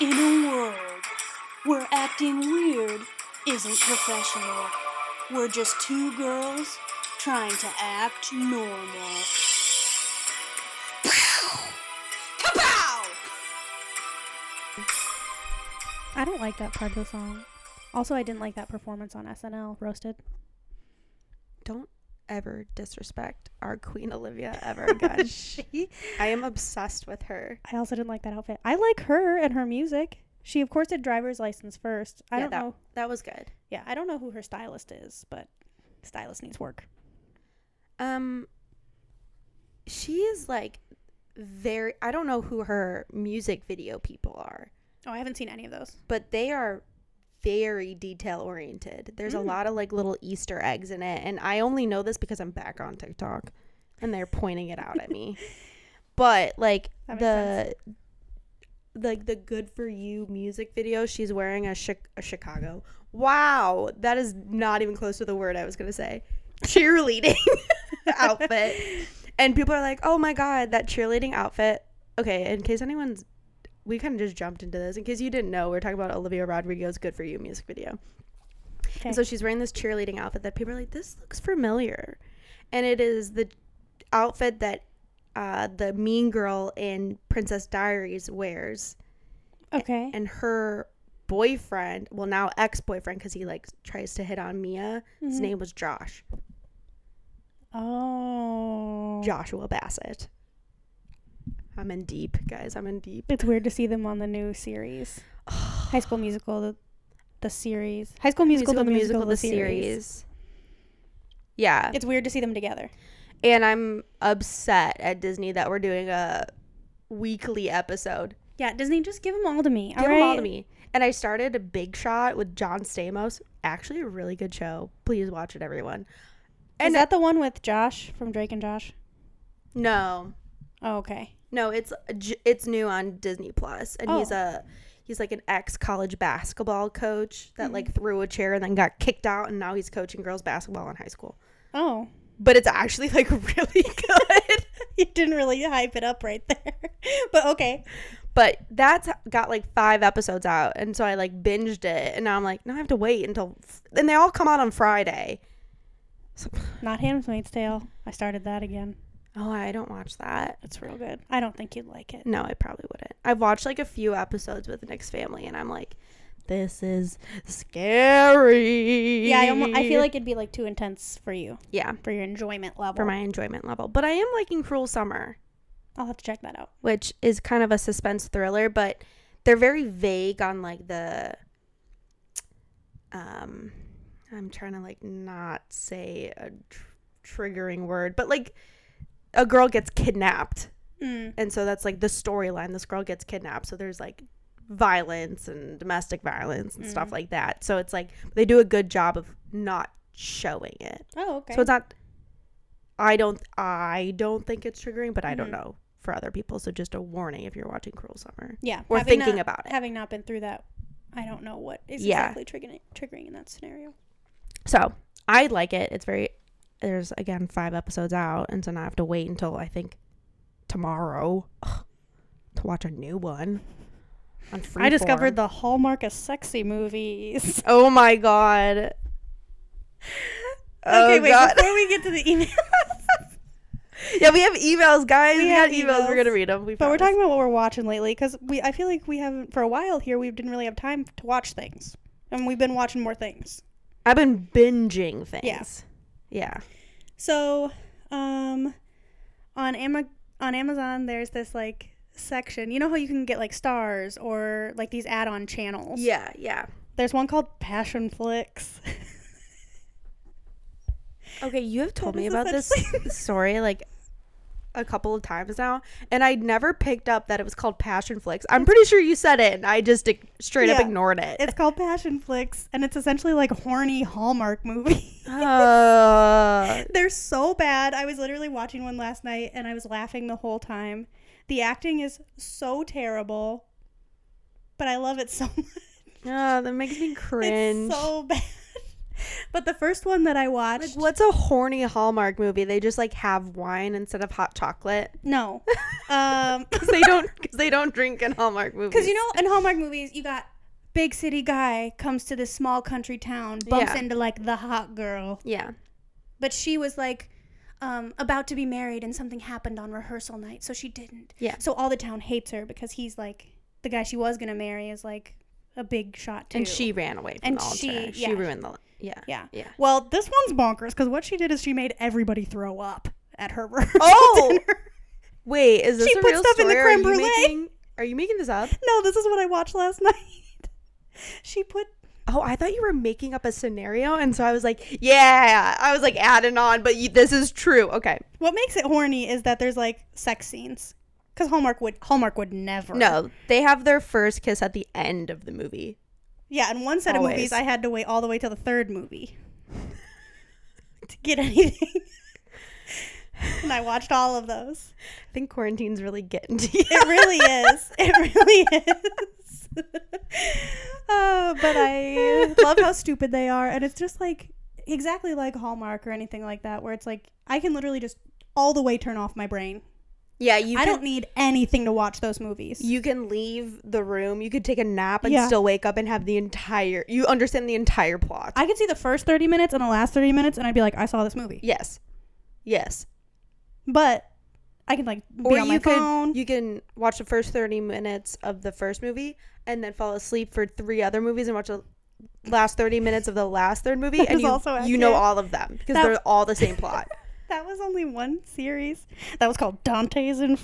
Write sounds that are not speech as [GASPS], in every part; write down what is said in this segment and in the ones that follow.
In a world where acting weird isn't professional, we're just two girls trying to act normal. I don't like that part of the song. Also, I didn't like that performance on SNL Roasted. Don't ever disrespect our [LAUGHS] Queen Olivia [LAUGHS] ever again. she. [LAUGHS] I am obsessed with her. I also didn't like that outfit. I like her and her music. She, of course, did driver's license first. I yeah, don't that, know. That was good. Yeah, I don't know who her stylist is, but stylist needs work. Um, she is like very. I don't know who her music video people are, Oh, I haven't seen any of those. but they are very detail oriented. There's a Mm. lot of like little Easter eggs in it, and I only know this because I'm back on TikTok, and they're pointing it out [LAUGHS] at me. But like That makes the like the good for you music video, she's wearing a, chi- a Chicago. Wow, that is not even close to the word I was gonna say. Cheerleading [LAUGHS] [LAUGHS] outfit, and people are like, "Oh my god, that cheerleading outfit." Okay, in case anyone's, we kind of just jumped into this. In case you didn't know, we're talking about Olivia Rodrigo's "Good for You" music video. Okay. And so she's wearing this cheerleading outfit that people are like, "This looks familiar," and it is the outfit that uh, the mean girl in Princess Diaries wears, Okay. and her boyfriend, well now ex boyfriend, because he like tries to hit on Mia. His Mhm. name was Josh, oh. Joshua Bassett. I'm in deep, guys. I'm in deep. [SIGHS] It's weird to see them on the new series. High [SIGHS] School Musical, the, the series. High School Musical, the, musical, the, series. Yeah, It's weird to see them together. and I'm upset at Disney that we're doing a weekly episode. Yeah, Disney, just give them all to me. Give them all to me. And I started a Big Shot with John Stamos. Actually, a really good show. Please watch it, everyone. Is And- that the one with Josh from Drake and Josh? No, Oh, okay. no, it's j- it's new on Disney Plus, and he's Oh. a he's like an ex college basketball coach that like threw a chair and then got kicked out, and now he's coaching girls basketball in high school. Oh, [LAUGHS] But it's actually like [LAUGHS] really good. you didn't really hype it up right there, [LAUGHS] but okay. but that's got like five episodes out and so i like binged it and now i'm like now i have to wait until f- and they all come out on friday so, Not Handmaid's Tale. I started that again. oh i don't watch that It's real good. I don't think you'd like it. no i probably wouldn't i've watched like a few episodes with nick's family and i'm like this is scary Yeah, I, almo- I feel like it'd be like too intense for you yeah for your enjoyment level. for my enjoyment level but i am liking cruel summer I'll have to check that out. which is kind of a suspense thriller, but they're very vague on like the um I'm trying to like not say a tr- triggering word, but like a girl gets kidnapped. Mm. And so that's like the storyline. This girl gets kidnapped. So there's like violence and domestic violence and stuff like that. So it's like they do a good job of not showing it. Oh, okay. So it's not. I don't. I don't think it's triggering, but I don't Mm-hmm. know for other people. So just a warning if you're watching Cruel Summer. yeah, We're having thinking not- about it. Having not been through that, I don't know what is Yeah. exactly triggering triggering in that scenario. So I like it. It's very. There's again five episodes out, and so now I have to wait until I think tomorrow ugh, to watch a new one. On Freeform. I discovered the hallmark of sexy movies. Oh [LAUGHS] my god. okay, Oh, wait. [LAUGHS] God. Before we get to [LAUGHS] the email, Yeah, we have emails, guys. We, We got have emails. We're emails. gonna read them. We But we're promise. talking about what we're watching lately because we I feel like we haven't for a while here we didn't really have time to watch things, and we've been watching more things. I've been binging things. Yeah. Yeah. So, um, on Ama- on Amazon there's this like section. You know how you can get like stars or like these add-on channels. Yeah. Yeah. There's one called Passion Flicks. [LAUGHS] Okay, you have told That me is about this essentially- [LAUGHS] story like a couple of times now, and I never picked up that it was called Passion Flicks. I'm pretty sure you said it, and I just ig- straight up Yeah. ignored it. [LAUGHS] it's called Passion Flicks, and it's essentially like horny Hallmark [LAUGHS] movie. Uh, They're so bad. I was literally watching one last night and I was laughing the whole time. The acting is so terrible, but I love it so [LAUGHS] much. uh, that makes me cringe. It's so bad. [LAUGHS] But the first one that I watched, What's a horny Hallmark movie? They just like have wine instead of hot chocolate. [LAUGHS] no, um, 'Cause [LAUGHS] they don't because they don't drink in Hallmark movies. because you know in Hallmark movies you got big city guy comes to this small country town, bumps Yeah. into like the hot girl, yeah, but she was like um, about to be married and something happened on rehearsal night, so she didn't. Yeah. So all the town hates her because he's like the guy she was gonna marry is like a big shot too. and she ran away from And the altar. she- She, yeah. ruined the yeah. Yeah. Yeah. Well, this one's bonkers because what she did is she made everybody throw up at her [LAUGHS] Oh! dinner. [LAUGHS] Wait, is this She a put real stuff in the story? Are creme you brulee. making- Are you making this up? No, this is what I watched last [LAUGHS] night. She put Oh, I thought you were making up a scenario, and so I was like, yeah. I was like adding on, but you, this is true. Okay. what makes it horny is that there's like sex scenes because Hallmark would Hallmark would never. No, they have their first kiss at the end of the movie. Yeah, in one set of movies, Always. I had to wait all the way till the third movie [LAUGHS] to get [LAUGHS] anything, and I watched all of those. I think quarantine's really getting to you. It really is. It really [LAUGHS] is. uh, but I love how stupid they are, and it's just like exactly like Hallmark or anything like that, where it's like I can literally just all the way turn off my brain. [LAUGHS] yeah, you. I can- don't need anything to watch those movies. You can leave the room. You could take a nap and Yeah. still wake up and have the entire. You understand the entire plot. I could see the first 30 minutes and the last 30 minutes, and I'd be like, I saw this movie. yes, yes. But I can, like, be Or on you my could phone. you can watch the first thirty minutes of the first movie and then fall asleep for three other movies and watch the last thirty minutes of the last third movie That and is you also you know accurate. all of them because That- they're all the same [LAUGHS] plot. that was only one series. That was called Dante's and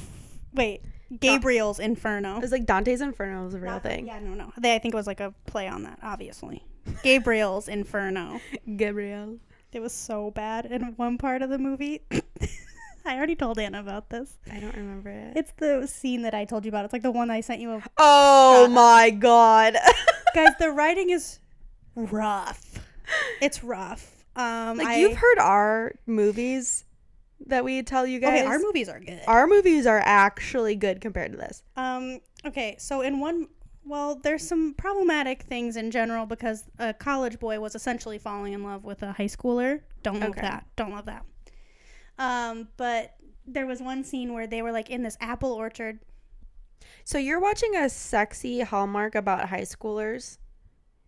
Wait, Gabriel's Inferno. It's like Dante's Inferno is a real thing. Yeah, no, no. They, I think it was like a play on that, obviously. Gabriel's [LAUGHS] Inferno. Gabriel. It was so bad in one part of the movie. [COUGHS] I already told Anna about this. I don't remember it. It's the scene that I told you about. It's like the one I sent [LAUGHS] you. Of. Oh [LAUGHS] my god. Guys, the writing is rough. It's rough. Um, like I- you've heard our movies that we tell you guys. okay, our movies are good. our movies are actually good compared to this. Um, okay, so in one, well, there's some problematic things in general because a college boy was essentially falling in love with a high schooler. Don't love Okay. that. Don't love that. Um, but there was one scene where they were like in this apple orchard. So you're watching a sexy Hallmark about high schoolers.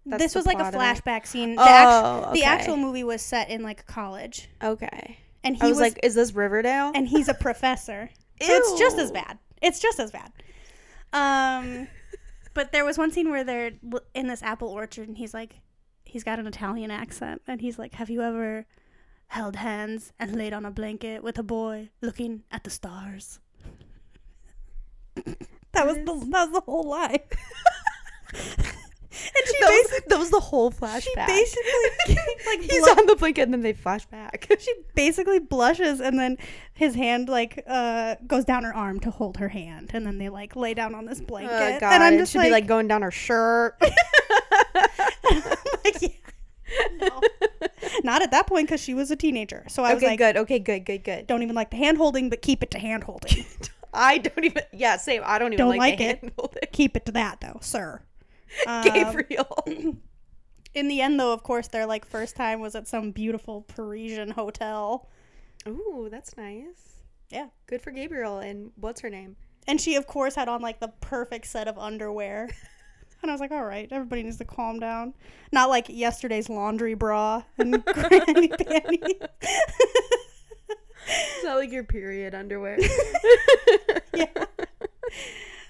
That's this the was like a plot of it? flashback scene. The, Oh, the okay. actual movie was set in like college, Okay. and he I was, was, like, is this Riverdale? and he's a [LAUGHS] professor. So it's just as Ew. bad. It's just as bad. Um, but there was one scene where they're l- in this apple orchard, and he's like, he's got an Italian accent, and he's like, "Have you ever held hands and laid on a blanket with a boy looking at the stars?" [LAUGHS] that was the that was the whole [LAUGHS] line. [LAUGHS] and she that, basically, was, that was the whole flashback. she [LAUGHS] basically like He's blo- on the blanket and then they flash back. [LAUGHS] she basically blushes and then his hand like uh goes down her arm to hold her hand and then they like lay down on this blanket Oh god! and i'm just it should like, be like going down [LAUGHS] her shirt. like, [LAUGHS] yeah. No. not at that point because she was a teenager so i was [LAUGHS] okay, like good. Okay, good, good, good. don't even like the hand holding but keep it to hand holding I don't even. Yeah, same. I don't even Don't like, the like it. hand holding. keep it to that though sir [LAUGHS] Um, [CLEARS THROAT] Gabriel. in the end though of course their like first time was at some beautiful parisian hotel Ooh, that's nice. yeah Good for Gabriel. And what's her name? And she, of course, had on like the perfect set of [LAUGHS] underwear. And I was like, all right, everybody needs to calm down. Not like yesterday's laundry bra and [LAUGHS] granny panties. [LAUGHS] It's not like your period [LAUGHS] underwear. [LAUGHS] yeah.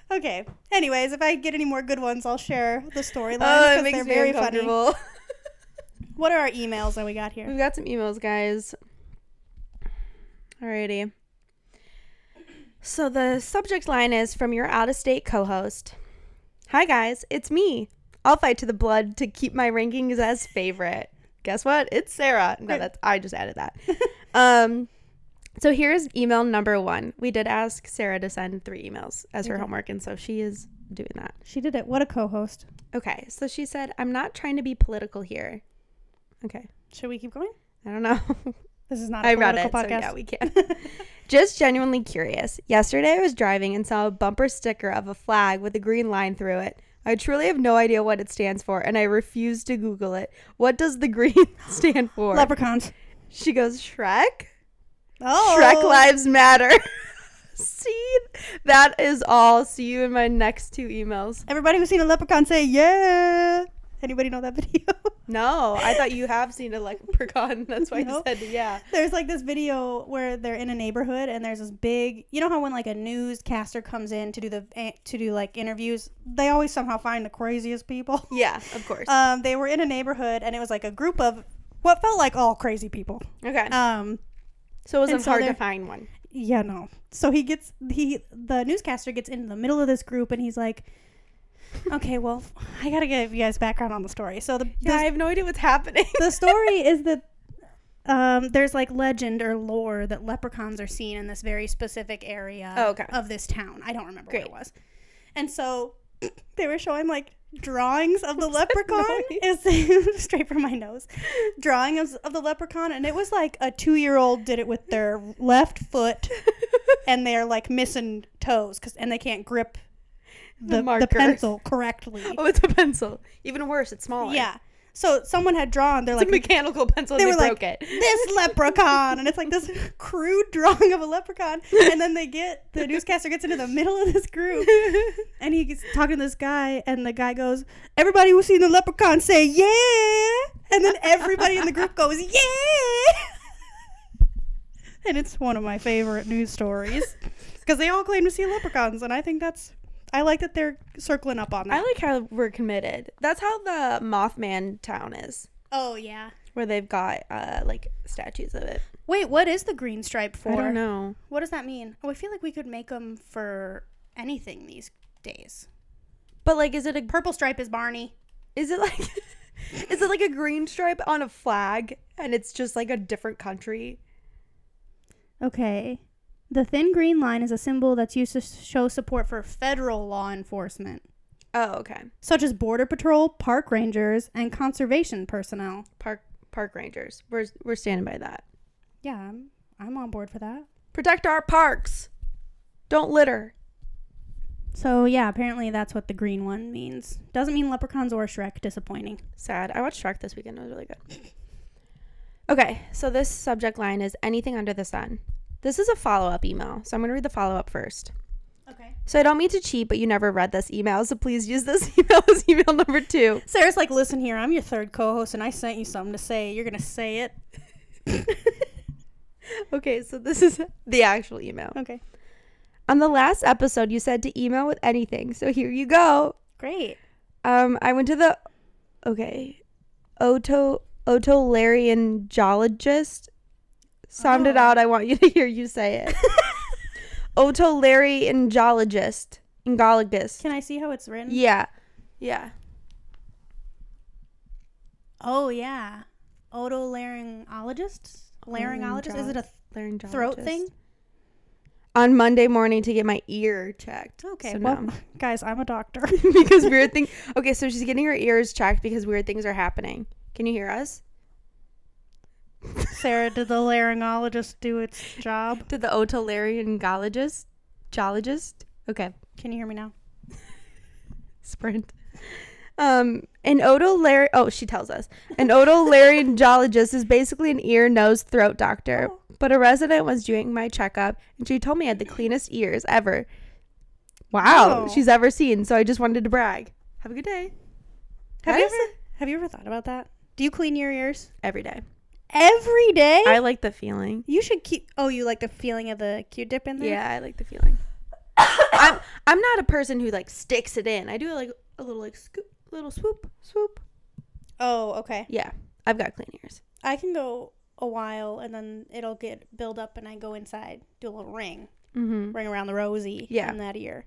Okay. Anyways, if I get any more good ones, I'll share the storyline Oh, because it makes they're me very funny. uncomfortable. Mm. What are our emails that we got here? We've got some emails, guys. Alrighty. So the subject line is from your out of state co host Hi, guys, it's me. I'll fight to the blood to keep my rankings as favorite. Guess what? It's Sarah. No, that's I just added that. [LAUGHS] um, so here's email number one. We did ask Sarah to send three emails as her homework, and so she is doing that. She did it. What a co-host. Okay, so she said, I'm not trying to be political here. Okay, Should we keep going? I don't know. [LAUGHS] This is not a I read political it, so podcast. yeah, we can. [LAUGHS] Just genuinely curious. Yesterday, I was driving and saw a bumper sticker of a flag with a green line through it. I truly have no idea what it stands for, and I refuse to Google it. What does the [LAUGHS] green stand for? Leprechauns. she goes, Shrek? Oh. Shrek Lives Matter. [LAUGHS] See, that is all. See you in my next two emails. Everybody who's seen a leprechaun say, yeah. Anybody know that [LAUGHS] video? No, I thought you have seen a [LAUGHS] leprechaun. That's why No. I said, yeah. there's like this video where they're in a neighborhood and there's this big, you know how when like a newscaster comes in to do the eh, to do like interviews, they always somehow find the craziest people. [LAUGHS] Yeah, of course. Um, they were in a neighborhood and it was like a group of what felt like all crazy people. okay. Um, so it and wasn't so hard to they're- find one. Yeah, no. So he gets he the newscaster gets into the middle of this group and he's like, "Okay, well, I gotta give you guys background on the story." So the Yeah, I have no idea what's [LAUGHS] happening. the, the story is that um, there's like legend or lore that leprechauns are seen in this very specific area Oh, okay. of this town. I don't remember what Great. it was, and so [CLEARS THROAT] they were showing like drawings of [LAUGHS] the leprechaun is [LAUGHS] straight from my nose drawings of the leprechaun and it was like a two-year-old did it with their left [LAUGHS] foot and they're like missing toes 'cause- and they can't grip the, the, marker. pencil correctly. [LAUGHS] oh, it's a pencil. Even worse, it's smaller. yeah. So someone had drawn, they're It's like, a [LAUGHS] mechanical pencil. they and were They like, broke it. [LAUGHS] this leprechaun. And it's like this [LAUGHS] crude drawing of a leprechaun. And then they get, the newscaster gets into the middle of this group [LAUGHS] and he gets talking to this guy. And the guy goes, everybody who's seen the leprechaun say, yeah. And then everybody in the group goes, yeah. [LAUGHS] and it's one of my favorite news stories because they all claim to see leprechauns. And I think that's, I like that they're circling up on that. [LAUGHS] I like how we're committed. That's how the Mothman town is, oh, yeah. where they've got uh, like statues of it. Wait, what is the green stripe for? I don't know. What does that mean? Oh, I feel like we could make them for anything these days. But like, is it a Purple stripe is Barney. is it like [LAUGHS] is it like a green stripe on a flag and it's just like a different country? Okay. The thin green line is a symbol that's used to s- show support for federal law enforcement, Oh, okay. such as Border Patrol, park rangers, and conservation personnel. Park park rangers. We're we're standing by that. Yeah, I'm, I'm on board for that. Protect our parks. Don't litter. So, yeah, apparently that's what the green one means. Doesn't mean leprechauns or Shrek, disappointing. Sad. I watched Shrek this weekend. It was really good. Okay, so this subject line is anything under the sun. This is a follow up email, so I'm going to read the follow up first. Okay. So I don't mean to cheat, but you never read this email, so please use this [LAUGHS] email as email number two. [LAUGHS] Sarah's like, listen here, I'm your third co host, and I sent you something to say. You're going to say it. Okay, so this is the actual email. Okay. On the last episode, you said to email with anything, so here you go. Great. Um, I went to the okay, Oto otolaryngologist. Sound it Oh. out. I want you to hear you say [LAUGHS] it. otolaryngologist, engologist. Can I see how it's written? Yeah, yeah. Oh yeah, otolaryngologist. Laryngologist. Is it a th- Laryngologist. throat thing? On Monday morning to get my ear checked. Okay. so well, no. [LAUGHS] [LAUGHS] guys, I'm a doctor. because weird thing. Okay, so she's getting her ears checked because weird things are happening. Can you hear us? Sarah, did the laryngologist do its job? To the otolaryngologist, geologist. Okay. Can you hear me now? sprint. Um, an otolar oh she tells us an otolaryngologist is basically an ear, nose, throat doctor. But a resident was doing my checkup, and she told me I had the cleanest ears ever. Wow, Oh. she's ever seen. So I just wanted to brag. Have a good day. Have That you is- ever Have you ever thought about that? Do you clean your ears Every day. every day? I like the feeling. you should keep. Oh, you like the feeling of the Q-dip in there? Yeah, I like the feeling. I'm I'm not a person who like sticks it in. I do like a little like scoop, little swoop, swoop. Oh, okay. Yeah, I've got clean ears. I can go a while, and then it'll get build up, and I go inside, do a little ring. Mm-hmm. ring around the rosy Yeah. in that ear.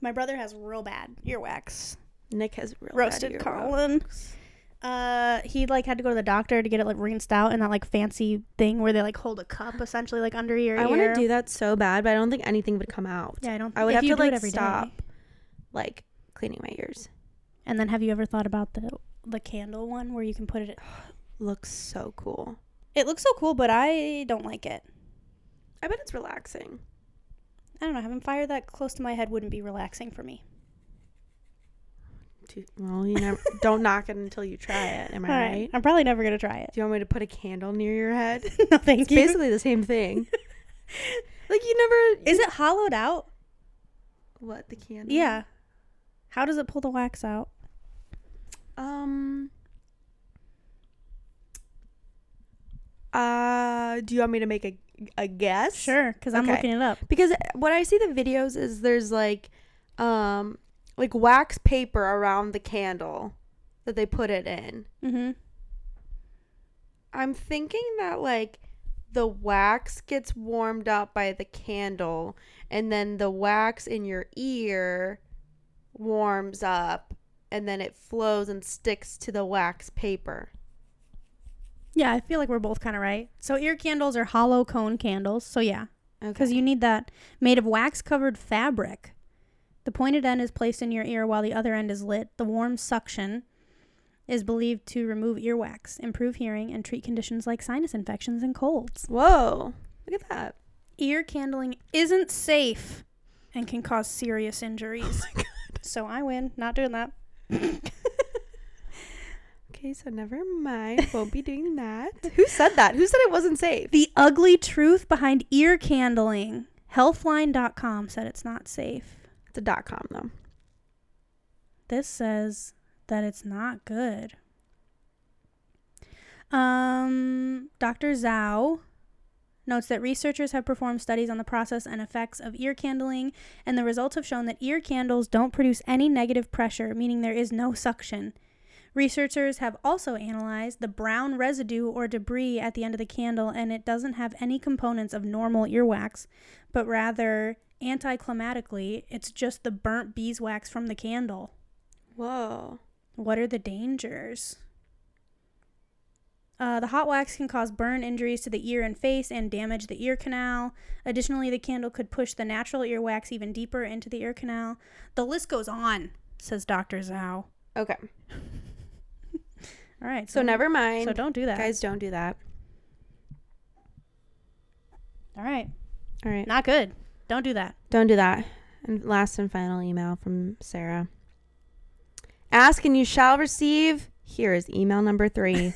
My brother has real bad earwax. Nick has real bad Roasted earwax. Colin. Uh, he like had to go to the doctor to get it like rinsed out in that like fancy thing where they like hold a cup essentially like under your I ear. want to do that so bad, but I don't think anything would come out. Yeah, I don't. I would if have you to do it like every day. stop, like cleaning my ears. And then have you ever thought about the the candle one where you can put it? Looks so cool. It looks so cool, but I don't like it. I bet it's relaxing. I don't know. Having fire that close to my head wouldn't be relaxing for me. Too, well, you never, [LAUGHS] don't knock it until you try it. Am I All right? right. I'm probably never gonna try it. [LAUGHS] Do you want me to put a candle near your [LAUGHS] head? no, thank It's you. basically the same thing. [LAUGHS] like you never Is it hollowed out? what the candle? Yeah. How does it pull the wax out? Um. Uh, do you want me to make a a guess? Sure, because I'm Okay. looking it up. Because what I see the videos is there's like, um, like wax paper around the candle that they put it in. Mm-hmm. I'm thinking that like the wax gets warmed up by the candle and then the wax in your ear warms up and then it flows and sticks to the wax paper. Yeah, I feel like we're both kind of right. So ear candles are hollow cone candles. So yeah, because Okay. you need that made of wax covered fabric. The pointed end is placed in your ear while the other end is lit. The warm suction is believed to remove earwax, improve hearing, and treat conditions like sinus infections and colds. Whoa. Look at [LAUGHS] that. Ear candling isn't safe and can cause serious injuries. [LAUGHS] Oh So I win. Not doing that. Okay, so never mind. Won't be doing that. [LAUGHS] Who said that? Who said it wasn't safe? The ugly truth behind ear candling. Healthline.com said it's not safe. It's a dot com though. This says that it's not good. Um, Dr. Zhao notes that researchers have performed studies on the process and effects of ear candling, and the results have shown that ear candles don't produce any negative pressure, meaning there is no suction. Researchers have also analyzed the brown residue or debris at the end of the candle, and it doesn't have any components of normal earwax, but rather, anticlimatically, it's just the burnt beeswax from the candle. Whoa. What are the dangers? Uh, the hot wax can cause burn injuries to the ear and face and damage the ear canal. Additionally, the candle could push the natural ear wax even deeper into the ear canal. The list goes on, says Dr. Zhao. Okay. All right. So never mind. So don't do that. Guys, don't do that. All right. All right. Not good. Don't do that. Don't do that. And last and final email from Sarah. Ask and you shall receive. Here is email [LAUGHS] number three.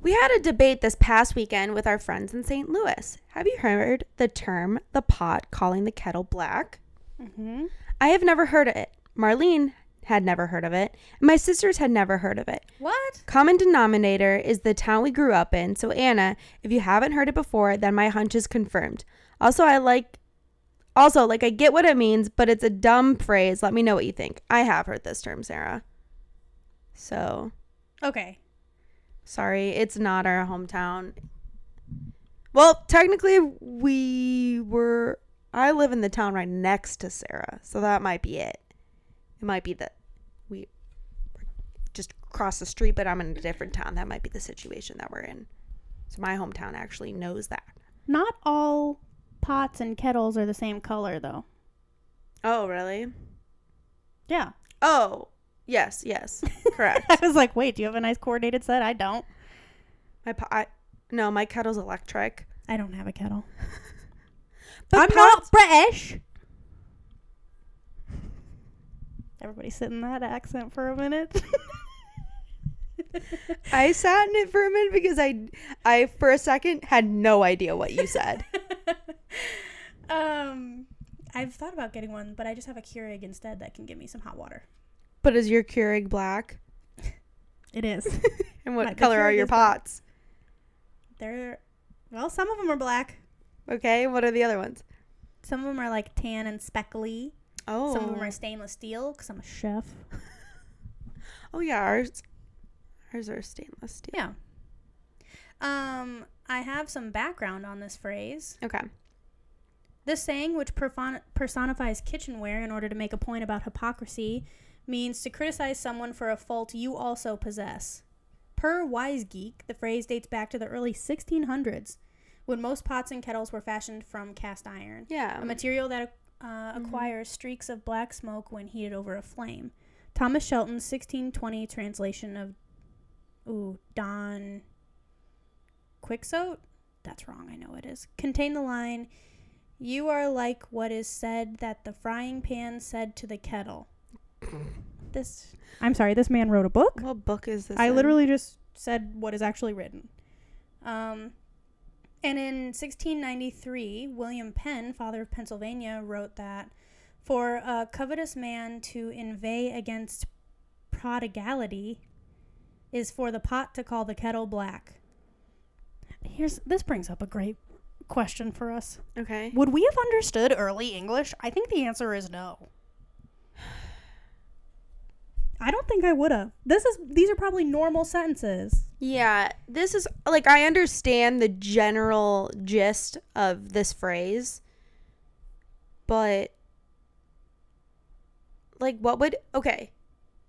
we had a debate this past weekend with our friends in St. Louis. Have you heard the term the pot calling the kettle black? Mm-hmm. I have never heard of it. Marlene had never heard of it. And my sisters had never heard of it. What? Common denominator is the town we grew up in. So Anna, if you haven't heard it before, then my hunch is confirmed. Also, I like also like I get what it means, but it's a dumb phrase. Let me know what you think. I have heard this term, Sarah. So, Okay. sorry, it's not our hometown. Well, technically we were I live in the town right next to Sarah, so that might be it. It might be that we just cross the street, but I'm in a different town. That might be the situation that we're in. So my hometown actually knows that. Not all pots and kettles are the same color, though. Oh, really? Yeah. Oh, yes, yes. Correct. [LAUGHS] I was like, wait, do you have a nice coordinated set? I don't. my po- I, no, my kettle's electric. I don't have a kettle. But I'm not British. Everybody sit in that accent for a minute. I sat in it for a minute because I, I for a second had no idea what you said. [LAUGHS] um, I've thought about getting one, but I just have a Keurig instead that can give me some hot water. but is your Keurig black? It is. And what My- the color are Keurig your is black. pots? [LAUGHS] They're well, some of them are black. Okay, what are the other ones? Some of them are like tan and speckly. Oh, Some of them are stainless steel because I'm a chef. oh yeah, ours, ours are stainless steel. Yeah. Um, I have some background on this phrase. Okay. This saying, which perfon- personifies kitchenware in order to make a point about hypocrisy, means to criticize someone for a fault you also possess. Per Wise Geek, the phrase dates back to the early 1600s, when most pots and kettles were fashioned from cast iron, Yeah. a material that uh, acquires streaks of black smoke when heated over a flame. Thomas Shelton's 1620 translation of ooh Don Quixote, that's wrong, I know it is, contain the line You are like what is said that the frying pan said to the [COUGHS] kettle. This I'm sorry, this man wrote a book. What book is this? I in? literally just said what is actually written. Um, and in 1693, William Penn, father of Pennsylvania, wrote that for a covetous man to inveigh against prodigality is for the pot to call the kettle black. Here's this brings up a great question for us. Okay. Would we have understood early English? I think the answer is no. I don't think I would have. This is these are probably normal sentences. Yeah, this is like I understand the general gist of this phrase, but like what would okay,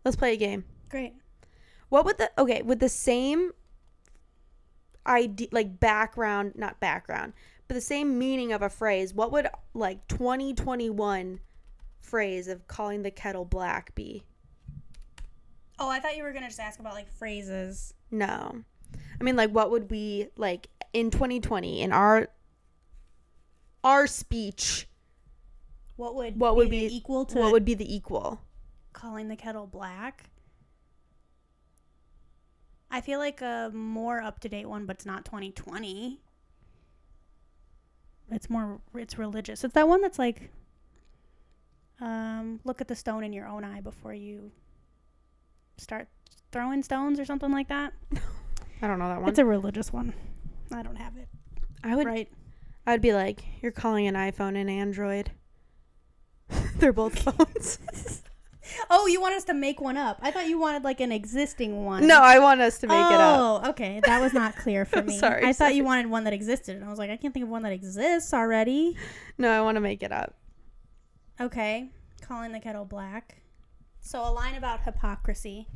let's play a game. Great. What would the okay, with the same idea like background, not background, but the same meaning of a phrase, what would like 2021 phrase of calling the kettle black be? Oh, I thought you were gonna just ask about like phrases. No. I mean like what would we like in 2020 in our our speech What would What would the be- equal to what would be the equal? calling the kettle black? I feel like a more up to date one, but it's not 2020. It's more it's religious. It's that one that's like, um, look at the stone in your own eye before you start throwing stones or something like that. I don't know that one. It's a religious one. I don't have it I would right. I would be like you're calling an iPhone an Android. [LAUGHS] They're both phones. [LAUGHS] Oh, you want us to make one up? I thought you wanted like an existing one. no, I want us to make it up. Oh, okay. That was not clear for [LAUGHS] I'm me. sorry, I thought you wanted one that existed, and I was like, I can't think of one that exists already. No, I want to make it up. Okay. Calling the kettle black. So a line about hypocrisy.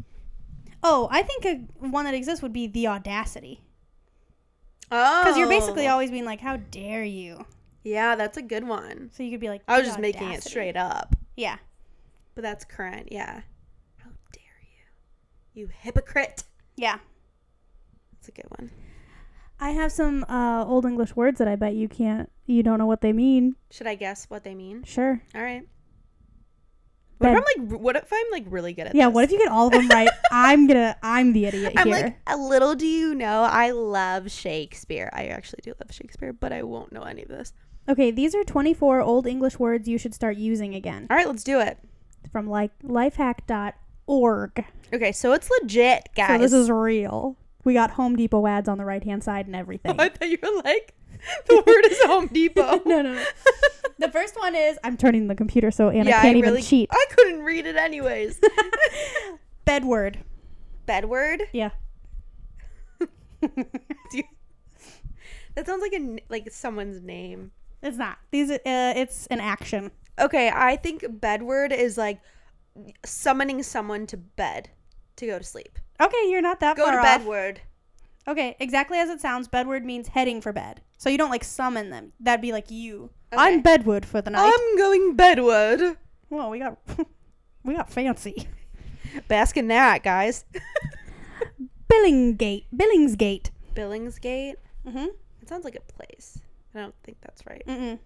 Oh, I think a, one that exists would be the audacity. Oh. Because you're basically always being like, how dare you? Yeah, that's a good one. So you could be like, I was "The just making it audacity." straight up. Yeah. But that's current, yeah. How dare you? You hypocrite. Yeah. That's a good one. I have some uh, old English words that I bet you can't, you don't know what they mean. Should I guess what they mean? Sure. All right. What Bed- if I'm like? r- What if I'm like really good at? Yeah, This? what if you get all of them [LAUGHS] right? I'm gonna, I'm the idiot I'm here. like a little. Do you know? I love Shakespeare. I actually do love Shakespeare, but I won't know any of this. Okay, these are 24 old English words you should start using again All right, let's do it. from like lifehack.org. Okay, so it's legit, guys. So this is real. We got Home Depot ads on the right hand side and everything. [LAUGHS] [LAUGHS] I thought you were like the word is Home [LAUGHS] Depot. No, no, no. The first one is I'm turning the computer so Anna yeah, can't I even really [LAUGHS] cheat. [LAUGHS] I couldn't read it anyways. Bedward. Bedward. Yeah. [LAUGHS] Do you- that sounds like a n- like someone's name. It's not. These uh, it's an action. Okay, I think bedward is like summoning someone to bed to go to sleep. Okay, you're not that Go far to off. bedward. Okay, exactly as it sounds, bedward means heading for bed. So you don't like summon them. That'd be like you. I'm bedward for the night. I'm going bedward. Whoa, we got [LAUGHS] we got fancy. Bask in that, guys. [LAUGHS] Billingsgate. Billingsgate. Billingsgate. Mm-hmm. It sounds like a place. I don't think that's right. Mm-mm.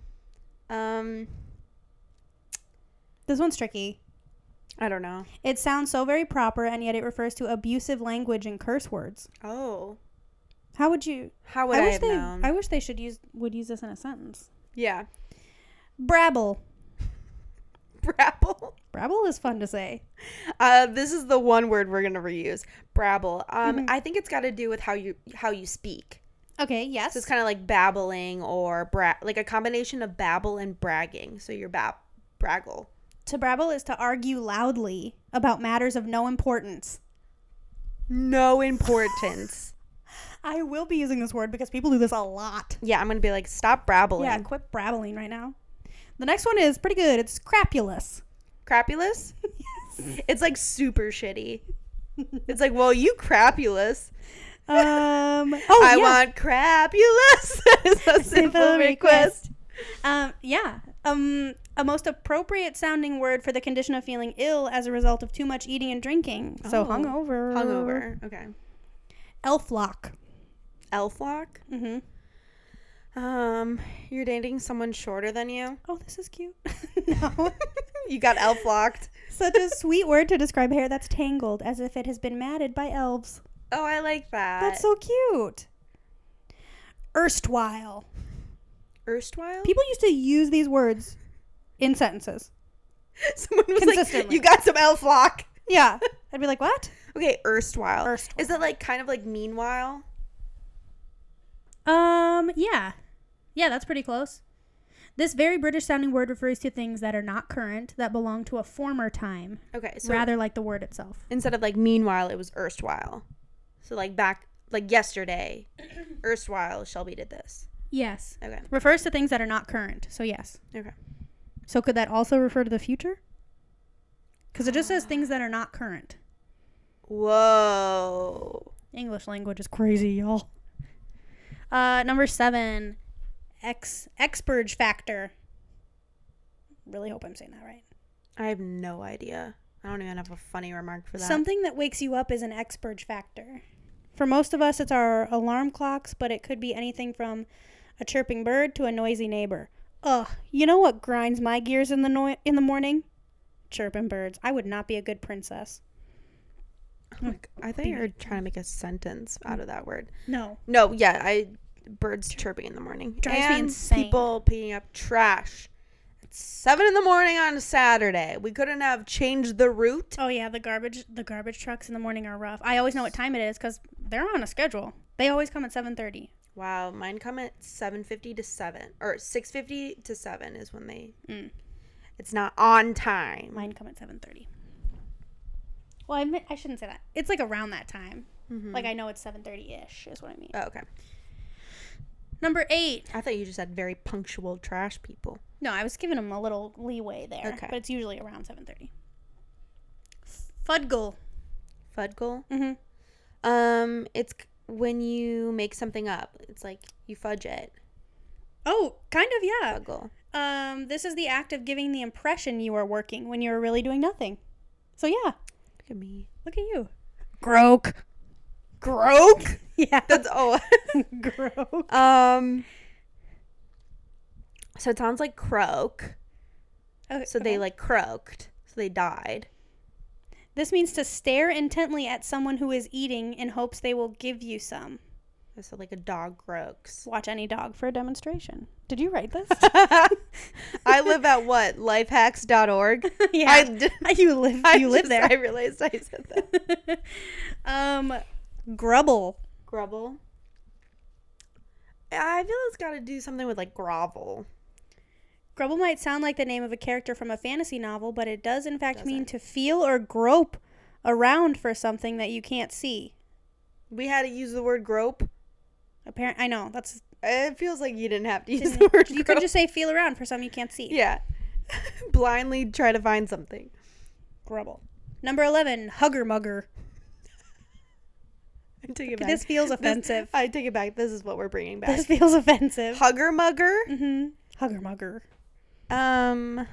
Um, This one's tricky. I don't know. It sounds so very proper, and yet it refers to abusive language and curse words. Oh, How would you? how would I, wish have they. known? I wish they should use would use this in a sentence. yeah, [LAUGHS] Brabble. brabble. Brabble is fun to say. Uh, this is the one word we're gonna reuse. Brabble. Um, Mm-hmm. I think it's got to do with how you how you speak. Okay. Yes. So it's kind of like babbling or bra- like a combination of babble and bragging. So you're bab braggle. to brabble is to argue loudly about matters of no importance. No importance. [LAUGHS] I will be using this word because people do this a lot. yeah, I'm gonna be like, stop brabbling. Yeah. Quit brabbling right now. The next one is pretty good. It's [LAUGHS] crapulous. [LAUGHS] Crapulous. It's like super shitty. It's like, well, you crapulous. um. Oh I yeah. want [LAUGHS] crapulous. that is a simple request. Um, yeah. Um, a most appropriate sounding word for the condition of feeling ill as a result of too much eating and drinking. So Oh. hungover. Hungover. Okay. Elf lock. Elf lock. Mm-hmm. Um, you're dating someone shorter than you. Oh, this is cute. [LAUGHS] no. [LAUGHS] You got elf locked. [LAUGHS] Such a sweet word to describe hair that's tangled as if it has been matted by elves. Oh, I like that. That's so cute. Erstwhile. erstwhile. People used to use these words in sentences. [LAUGHS] Someone was like, Consistently. "You got some elf lock." [LAUGHS] Yeah. I'd be like, what? Okay, erstwhile. Erstwhile. Is that like kind of like meanwhile? Um, yeah. Yeah, that's pretty close. This very British sounding word refers to things that are not current, that belong to a former time, Okay, so rather like the word itself. instead of like meanwhile, it was erstwhile. So like back like [CLEARS THROAT] yesterday, erstwhile Shelby did this. Yes. Okay. Refers to things that are not current, so yes. Okay. So could that also refer to the future? Because it just says things that are not current. Whoa. English language is crazy, y'all. Uh, number seven, ex expurge factor. Really hope I'm saying that right. I have no idea. I don't even have a funny remark for that. Something that wakes you up is an expurge factor. For most of us, it's our alarm clocks, but it could be anything from a chirping bird to a noisy neighbor. Ugh, you know what grinds my gears in the noi- in the morning? Chirping birds. I would not be a good princess. Like, I thought you were trying to make a sentence out of that word. No. No, yeah, I birds chirping in the morning. Drives me and insane. People picking up trash. It's seven in the morning on a Saturday. We couldn't have changed the route. Oh yeah, the garbage the garbage trucks in the morning are rough. I always know what time it is because they're on a schedule. They always come at seven thirty. Wow, mine come at seven fifty to seven or six fifty to seven is when they. Mm. It's not on time. Mine come at seven thirty. Well, I admit, I shouldn't say that. It's like around that time. Like I know it's seven thirty ish is what I mean. oh, okay. Number eight. I thought you just had very punctual trash people. No, I was giving them a little leeway there, Okay. but it's usually around seven thirty. Fudgle. Fudgle. Mm-hmm. Um, it's c- when you make something up. It's like you fudge it. Oh, kind of yeah. Fudgle. Um, this is the act of giving the impression you are working when you are really doing nothing. So yeah, Look at me. look at you. Groke. Groke. [LAUGHS] Yeah. That's oh. [LAUGHS] Groke. Um. So it sounds like croak. So they Okay. like croaked. So they died. This means to stare intently at someone who is eating in hopes they will give you some. So like a dog croaks. [LAUGHS] Watch any dog for a demonstration. Did you write this? I live at what lifehacks.org. [LAUGHS] yeah. I d- [LAUGHS] [LAUGHS] you live I you live just- there. I realized I said [LAUGHS] that. um grubble. Grubble. I feel it's got to do something with like grovel. Grubble might sound like the name of a character from a fantasy novel, but it does in fact mean to feel or grope around for something that you can't see. We had to use the word grope. Apparent I know, that's It feels like you didn't have to use the word. you grope. [LAUGHS] could just say feel around for something you can't see. yeah, [LAUGHS] blindly try to find something. Grubble. Number eleven, hugger mugger. I take it back. This [LAUGHS] feels offensive. [LAUGHS] I take it back. This is what we're bringing back. This feels offensive. Hugger mugger. Mm-hmm. Hugger mugger. Mm-hmm. Um,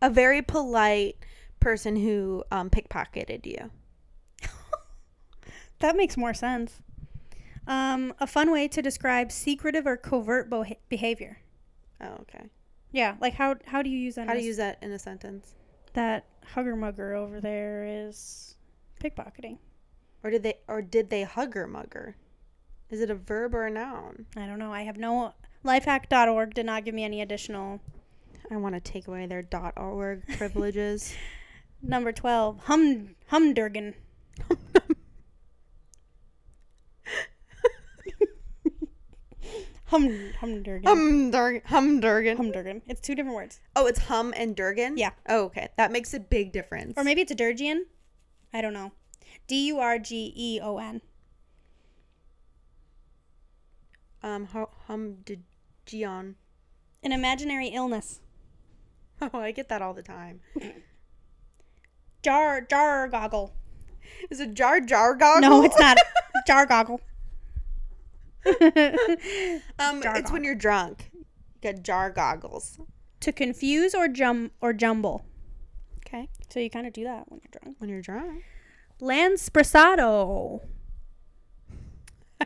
a very polite person who um, pickpocketed you. That makes more sense. Um, a fun way to describe secretive or covert bo- behavior. Oh, okay. Yeah, like how how do you use that? How do as- you use that in a sentence? that hugger mugger over there is pickpocketing? Or did they? Or did they hugger mugger? Is it a verb or a noun? I don't know. I have no lifehack.org did not give me any additional. I want to take away their dot [LAUGHS] org privileges. Number 12, hum humdurgan. hum humdurgan. Humdur- Humdurgan. humdurgan. It's two different words. oh, it's hum and Durgan. Yeah. Oh, okay. That makes a big difference. Or maybe it's a Durgian. I don't know. D U R G E O N. um hum humdigeon. An imaginary illness. [LAUGHS] Oh, I get that all the time. Jar jar goggle. Is it jar jar goggle? No, it's not. jar goggle. [LAUGHS] Um, Jar it's when you're drunk. Get jar goggles. to confuse or jum or jumble. Okay. So you kind of do that when you're drunk. When you're drunk. Lanspressato.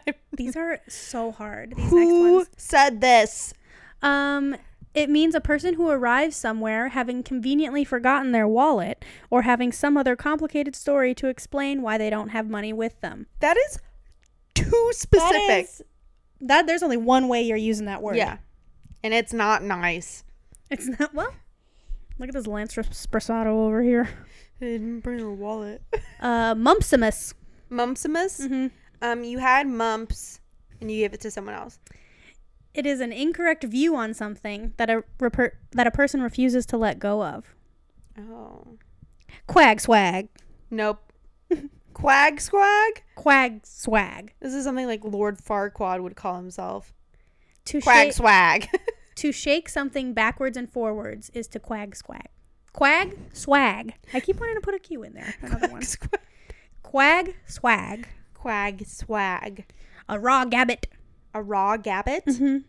time. These are so hard. These next Who ones. said this? Um, it means a person who arrives somewhere having conveniently forgotten their wallet or having some other complicated story to explain why they don't have money with them. That is too specific. That is that there's only one way you're using that word. yeah. And it's not nice. It's not well. Look at this Lance Spresato over here. Didn't bring her wallet. Uh Mumpsimus. Mumpsimus? Um, you had mumps and you gave it to someone else. It is an incorrect view on something that a reper- that a person refuses to let go of. Oh. Quag swag. Nope. Quag squag? Quag swag. This is something like Lord Farquaad would call himself. To Quag shake swag. [LAUGHS] to shake something backwards and forwards is to quag swag. Quag swag. I keep wanting to put a Q in there. Another one. Quag squag. Quag swag. Quag swag. A raw gabbit. A raw gabbit? Mhm.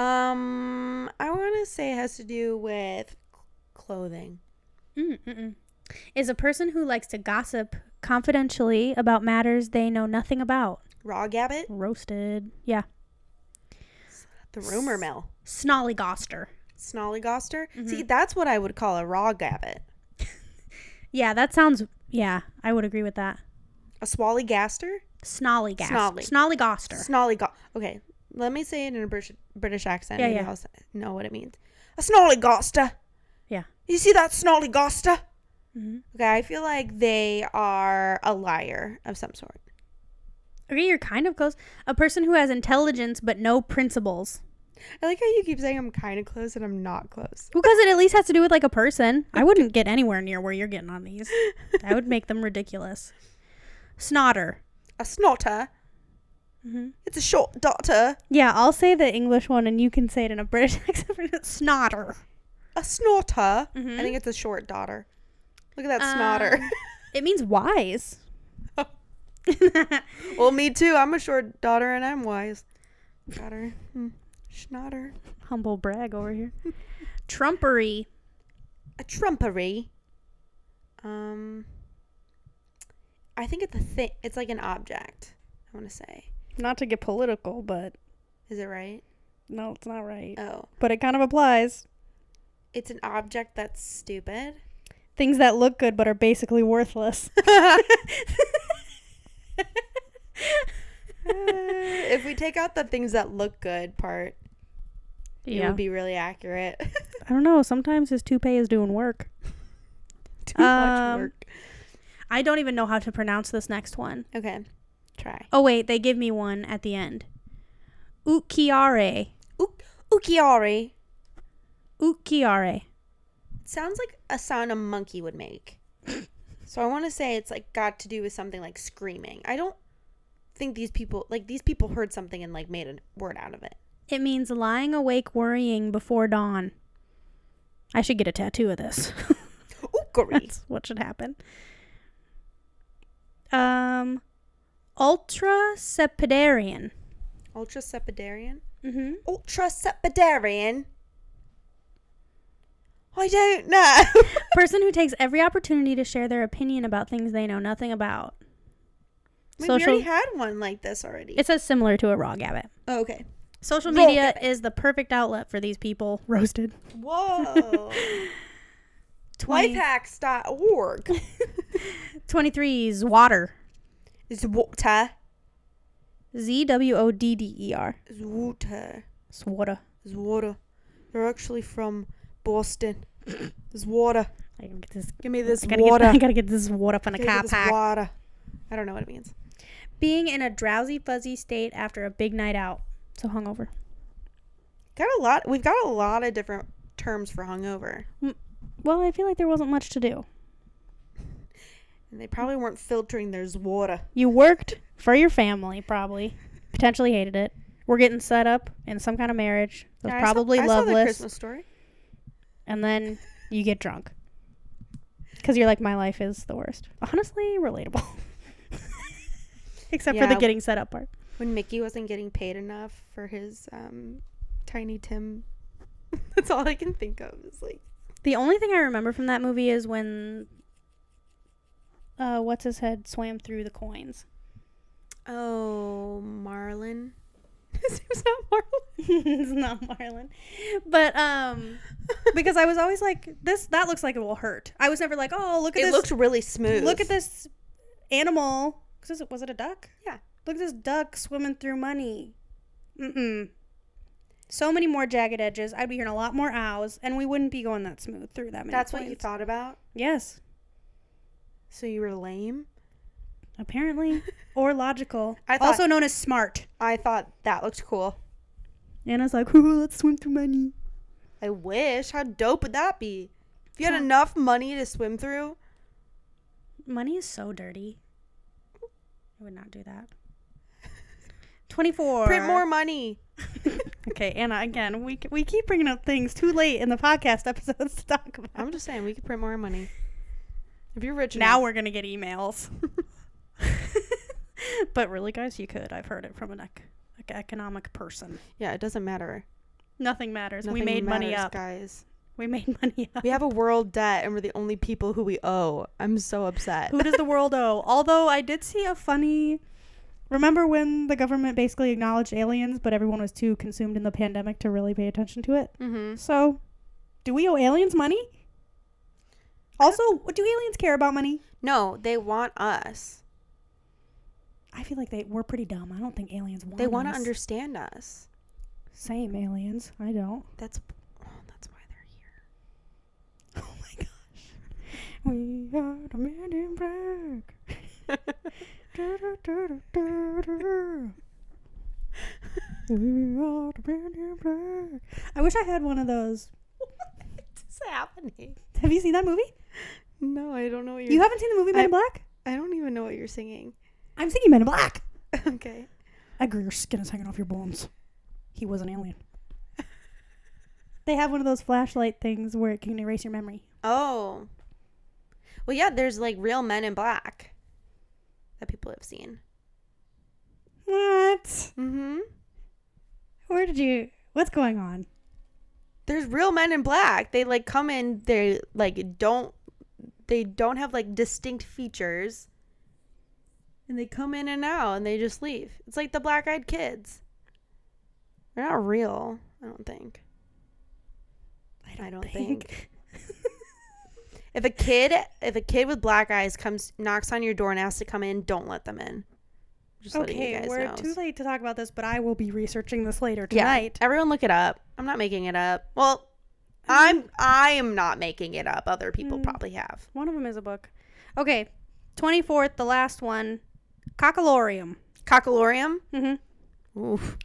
Um, I want to say it has to do with clothing. Mm-mm-mm. Is a person who likes to gossip confidentially about matters they know nothing about. Raw gabbit? Roasted. Yeah. The rumor mill. Snollygoster. Snollygoster? See, Mm-hmm. that's what I would call a raw gabbit. Yeah, that sounds. Yeah, I would agree with that. A swallygaster? Snollygaster. Snolly. Snollygoster. Snollygo. Okay, let me say it in a British, British accent. Yeah, Maybe yeah. I'll s- know what it means. A snollygoster. Yeah. You see that snollygoster? Mhm. Okay, I feel like they are a liar of some sort. Okay, you're kind of close. A person who has intelligence but no principles. I like how you keep saying I'm kind of close and I'm not close. Because it at least has to do with like a person. I [LAUGHS] wouldn't get anywhere near where you're getting on these. That would make them ridiculous. Snotter. A snotter. Mhm. It's a short doctor. Yeah, I'll say the English one and you can say it in a British [LAUGHS] accent. Snotter. A snorter. Mhm. I think it's a short daughter. Look at that snotter. Um, It means [LAUGHS] wise. Oh. [LAUGHS] well, me too. I'm a short daughter and I'm wise. Daughter. Hmm. Schnotter. Humble brag over [LAUGHS] here. Trumpery. a trumpery. Um, I think it's a thing. It's like an object. I want to say. Not to get political, but Is it right? no, it's not right. Oh, But it kind of applies. it's an object that's stupid. [LAUGHS] Things that look good but are basically worthless. [LAUGHS] Eh, Uh, if we take out the things that look good part, it yeah. would be really accurate. [LAUGHS] I don't know. Sometimes his toupee is doing work. Too much Um, work. I don't even know how to pronounce this next one. Okay, try. Oh, wait. They give me one at the end. Ukiare. Uk- ukiari. Ukiare. It sounds like a sound a monkey would make. so I want to say it's like got to do with something like screaming. I don't think these people like these people heard something and like made a word out of it. It means lying awake worrying before dawn. I should get a tattoo of this. [LAUGHS] Ookery. That's what should happen. Um, ultra sepidarian. Ultra sepidarian. Mm-hmm. Ultra sepidarian. I don't know. [LAUGHS] Person who takes every opportunity to share their opinion about things they know nothing about. Wait, We Social. already had one like this already. It says similar to a raw gabbit. [LAUGHS] oh, okay. Social Raw media gabbit. is the perfect outlet for these people. Roasted. Whoa. 20, Lifehacks.org. 23 is water. it's water. Z W O D D E R. It's water. It's water. It's water. They're actually from Boston. [COUGHS] It's water. I gotta get this Give me this I gotta, water. Get, [LAUGHS] I gotta get this water from the Give me car this park. water. I don't know what it means. Being in a drowsy, fuzzy state after a big night out. So hungover. Got a lot. We've got a lot of different terms for hungover, Well, I feel like there wasn't much to do. and they probably weren't filtering their water. You worked for your family, probably. Potentially hated it. We're getting set up in some kind of marriage. It was Yeah, I saw- probably I saw the loveless. Christmas story. and then you get drunk. Because you're like, my life is the worst. Honestly, relatable. [LAUGHS] Except for Yeah. the getting set up part. When Mickey wasn't getting paid enough for his um, Tiny Tim. [LAUGHS] That's all I can think of. Is like The only thing I remember from that movie is when uh what's his head swam through the coins. Oh, Marlon. [LAUGHS] [LAUGHS] His name's not [LAUGHS] Marlon. it's not Marlon. But um because I was always like this that looks like it will hurt. I was never like, "Oh, look at It this looked really smooth. look at this animal." 'Cause this- was it a duck? Yeah. Look at this duck swimming through money. Mm-mm. So many more jagged edges. I'd be hearing a lot more ows, and we wouldn't be going that smooth through that many. That's what you points. thought about. Yes, So you were lame. [LAUGHS] apparently, or logical. I thought- also known as smart. I thought that looked cool. Anna's like, "Ooh, let's swim through money." I wish. How dope would that be? If you had enough money to swim through, Money is so dirty. I would not do that. 24. print more money. okay, Anna, again, we, we keep bringing up things too late in the podcast episodes to talk about. I'm just saying, we could print more money. If you're rich now enough. we're going to get emails. [LAUGHS] but really, guys, you could. I've heard it from an ec- like economic person. [LAUGHS] yeah, it doesn't matter. Nothing matters. we Nothing made money matters, up. guys. We made money up. We have a world debt, and we're the only people who we owe. I'm so upset. [LAUGHS] Who does the world owe? [LAUGHS] Although I did see a funny. Remember when the government basically acknowledged aliens, but everyone was too consumed in the pandemic to really pay attention to it? mm-hmm. So, do we owe aliens money? Also, do aliens care about money? No, they want us. I feel like they we're pretty dumb. I don't think aliens want. They want to us. understand us. Same aliens. I don't. That's oh, that's why they're here. [LAUGHS] Oh my gosh. We are the men in black. [LAUGHS] Du-du-du-du-du-du. we are the men in black. I wish I had one of those. [LAUGHS] What's happening? Have you seen that movie? No, I don't know what you're. You haven't seen the movie Men in I- Black? I don't even know what you're singing. [LAUGHS] I'm singing Men in Black. okay. Edgar, your skin is hanging off your bones. He was an [LAUGHS] alien. they have one of those flashlight things where it can erase your memory. Oh. Well, yeah. There's like real men in black that people have seen. What? Mm-hmm. Where did you? What's going on? There's real men in black. They like come in. They like don't. They don't have like distinct features. And they come in and out, and they just leave. It's like the black-eyed kids. They're not real. I don't think. I don't think. [LAUGHS] If a kid, if a kid with black eyes comes, knocks on your door and asks to come in, don't let them in. Just letting you okay, guys we're know. too late to talk about this, but I will be researching this later Yeah, tonight. everyone look it up. I'm not making it up. Well, I'm I am not making it up. Other people Mm. probably have. One of them is a book. Okay, twenty fourth, the last one, Cockalorium. Cockalorum. Mm-hmm. Oof.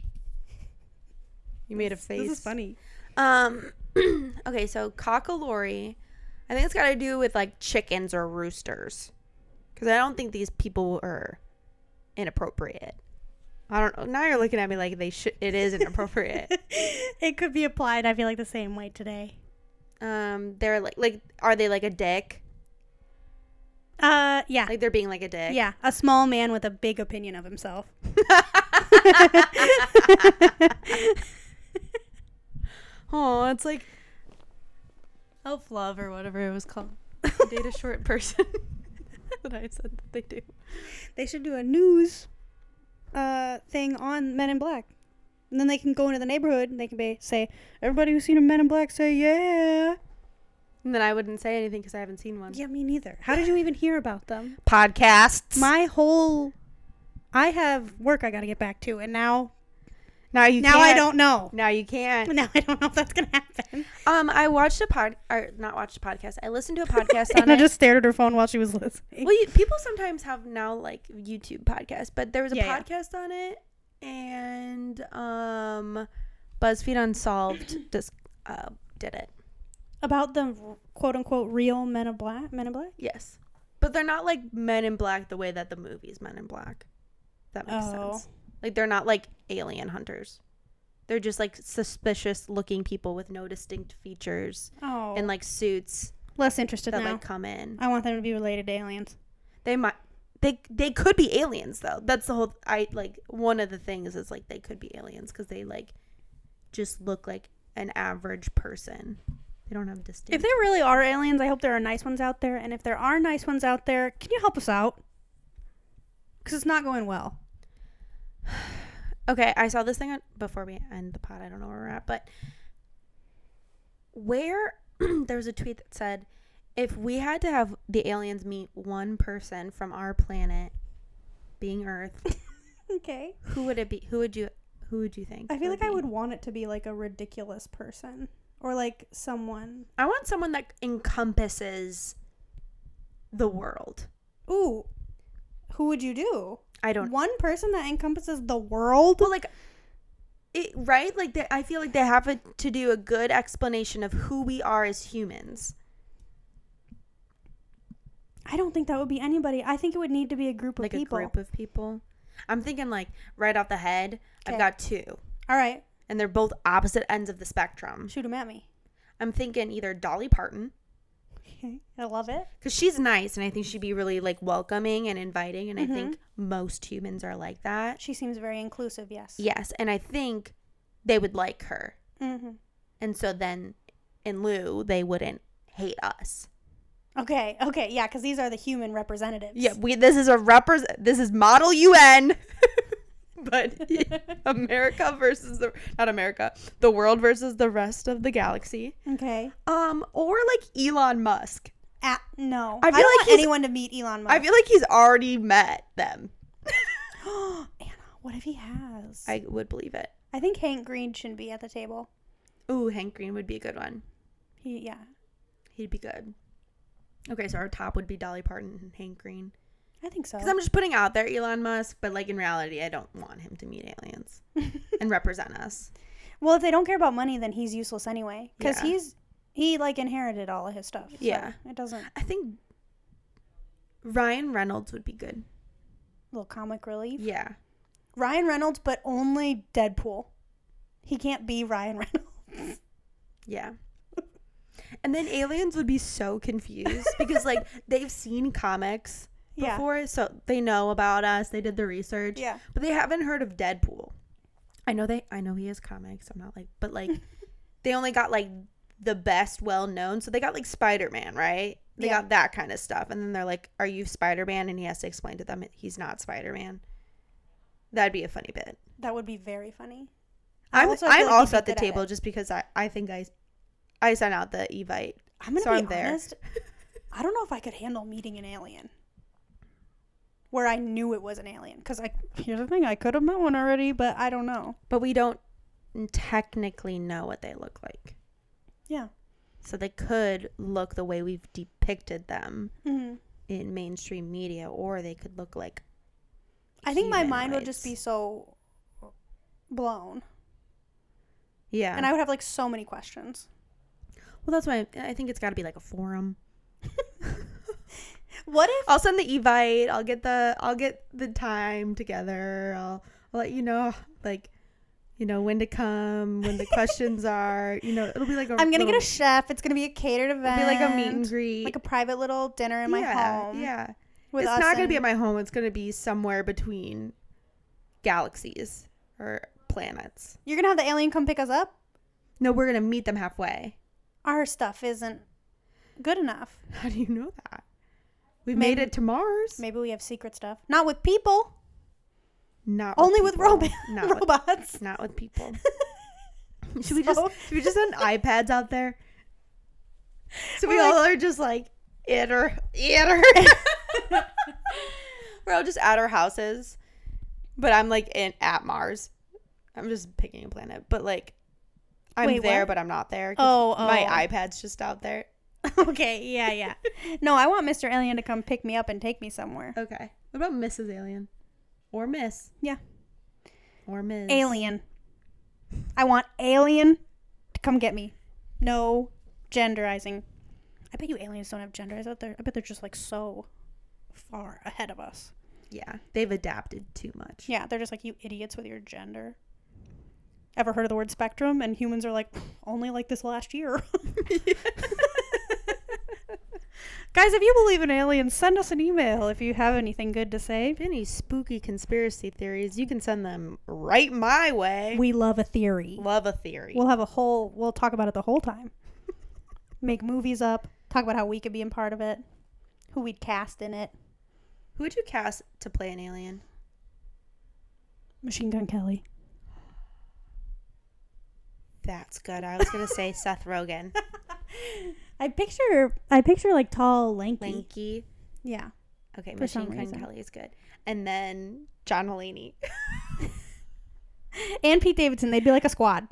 You made a face. This is funny. Um. [CLEARS THROAT] okay, so cockalory. I think it's got to do with like chickens or roosters, because I don't think these people are inappropriate. I don't know. Now you're looking at me like they should. It is [LAUGHS] inappropriate. [LAUGHS] it could be applied. I feel like the same way today. um, they're like like are they like a dick? Uh, yeah, Like they're being like a dick. yeah, a small man with a big opinion of himself. [LAUGHS] Oh, it's like Elf love or whatever it was called. date a short person. [LAUGHS] that I said that they do. They should do a news uh, thing on Men in Black. And then they can go into the neighborhood and they can be, say, everybody who's seen a Men in Black say, yeah. And then I wouldn't say anything because I haven't seen one. Yeah, me neither. How did you even hear about them? Podcasts. My whole. I have work I got to get back to, and now now you now I don't know. [LAUGHS] Now you can't. Now I don't know if that's gonna happen. Um, I watched a pod, or not watched a podcast. I listened [LAUGHS] to a podcast on Anna it. just stared at her phone while she was listening. well, you, people sometimes have now like YouTube podcasts, but there was a Yeah, yeah. podcast on it, and um, BuzzFeed Unsolved just uh did it. About the quote unquote real Men in Black. Men in Black. Yes, but they're not like Men in Black the way that the movies Men in Black. That makes Oh. sense. Like they're not like alien hunters. They're just like suspicious looking people with no distinct features Oh, and like suits less interested that now. like come in. I want them to be related to aliens. They might they they could be aliens though. That's the whole I like one of the things is like they could be aliens cuz they like just look like an average person. They don't have distinct. If there really are aliens, I hope there are nice ones out there. And if there are nice ones out there, can you help us out? Because it's not going well. Okay, I saw this thing on, before we end the pod. I don't know where we're at, but where [CLEARS THROAT] there was a tweet that said, "If we had to have the aliens meet one person from our planet, being Earth, Okay. who would it be? Who would you? Who would you think? I feel it like I be? would want it to be like a ridiculous person or like someone. I want someone that encompasses the world. Ooh, who would you do? I don't. One person that encompasses the world. Well, like, it, right? Like, they, I feel like they have a- to do a good explanation of who we are as humans. I don't think that would be anybody. I think it would need to be a group of like people. a group of people. I'm thinking like right off the head. Okay. I've got two, All right, and they're both opposite ends of the spectrum. shoot them at me. I'm thinking either Dolly Parton Okay, I love it. because she's nice, and I think she'd be really like welcoming and inviting, and Mm-hmm. I think most humans are like that. She seems very inclusive. Yes. Yes, and I think they would like her, hmm and so then in lieu they wouldn't hate us. Okay. Okay. Yeah, because these are the human representatives. Yeah, we. This is a represent. This is Model UN, [LAUGHS] but America versus the not America, the world versus the rest of the galaxy. Okay. Um, or like Elon Musk. Ah, no. I, I feel don't like want he's- anyone to meet Elon Musk. I feel like he's already met them. [GASPS] Anna, what if he has? I would believe it. I think Hank Green should be at the table. Ooh, Hank Green would be a good one. He, yeah. He'd be good. Okay, so our top would be Dolly Parton and Hank Green. I think so. Because I'm just putting out there Elon Musk, but like in reality, I don't want him to meet aliens and represent us. [LAUGHS] Well, if they don't care about money, then he's useless anyway. Because Yeah. he's he like inherited all of his stuff. so Yeah. it doesn't I think Ryan Reynolds would be good. little comic relief. Yeah. Ryan Reynolds, but only Deadpool. He can't be Ryan [LAUGHS] Reynolds. [LAUGHS] Yeah. And then aliens would be so confused [LAUGHS] because like they've seen comics yeah, before, so they know about us. They did the research. yeah. But they haven't heard of Deadpool. I know they I know he has comics. I'm not like [LAUGHS] but like they only got like the best well known. So they got like Spider Man, right? They Yeah. got that kind of stuff. And then they're like, Are you Spider Man? And he has to explain to them he's not Spider Man. That'd be a funny bit. That would be very funny. I'm also also, feel I'm like he'd also be at the good at table it. just because I, I think I I sent out the Evite. I'm gonna So be I'm there. honest. I don't know if I could handle meeting an alien where I knew it was an alien. Because I here's the thing, I could have met one already, but I don't know. But we don't technically know what they look like. Yeah. So they could look the way we've depicted them hmm in mainstream media, or they could look like. I think my mind would humanoids. just be so blown, Yeah. and I would have like so many questions. well, that's why I, I think it's got to be like a forum. What if? I'll send the Evite. I'll get the I'll get the time together. I'll, I'll let you know like, you know when to come, when the questions are. You know, it'll be like a. I'm gonna little- get a chef. It's gonna Oh, be a catered event. It'll be like a meet and greet. like a private little dinner in my yeah, home. Yeah. with it's us not going to be at and- my home. It's going to be somewhere between galaxies or planets. You're gonna have the alien come pick us up. No, we're going to meet them halfway. [LAUGHS] Our stuff isn't good enough. How do you know that? We made Maybe- it to Mars. Maybe we have secret stuff. Not with people. Not Only with people. robo- [LAUGHS] Not with- robots. not with [LAUGHS] people. should we just So- should we just [LAUGHS] send iPads out there? So we We're like- all are just like itter itter. [LAUGHS] We're all just at our houses, but I'm like in at Mars. I'm just picking a planet, but like I'm Wait, there, what? but I'm not there. 'cause Oh, my oh. iPad's just out there. okay. Yeah. Yeah. [LAUGHS] No, I want Mr. Alien to come pick me up and take me somewhere. Okay. What about Mrs. Alien, or Miss, Yeah. or Ms. Alien. I want alien to come get me. No genderizing. I bet you aliens don't have genders out there. I bet they're just like so far ahead of us. Yeah, they've adapted too much. Yeah, they're just like, you idiots with your gender. Ever heard of the word spectrum? And humans are like, only like this last year. [LAUGHS] Guys, if you believe in aliens, send us an email if you have anything good to say. If any spooky conspiracy theories, you can send them right my way. We love a theory. love a theory. We'll have a whole, we'll talk about it the whole time. Make movies up, talk about how we could be a part of it, who we'd cast in it. Who would you cast to play an alien? Machine Gun Kelly. That's good. I was [LAUGHS] gonna say Seth Rogen. I picture I picture like tall, lanky. Lanky. Yeah. Okay, For some Machine Gun reason. Kelly is good. And then John Mulaney. [LAUGHS] And Pete Davidson, they'd be like a squad.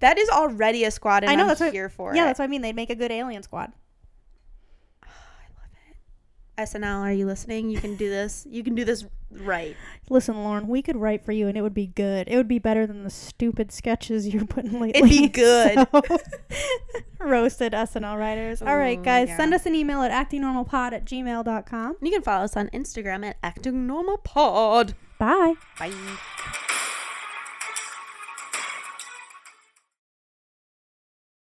That is already a squad, and I know am that's what- here for yeah, it. that's what I mean. They'd make a good alien squad. SNL, are you listening? You can do this. You can do this right. Listen, Lauren, we could write for you and it would be good. It would be better than the stupid sketches you're putting lately. It'd be good. [LAUGHS] So- roasted SNL writers. All right, Ooh, guys, yeah. send us an email at actingnormalpod at gmail.com. You can follow us on Instagram at Acting Normal Pod. Bye. Bye.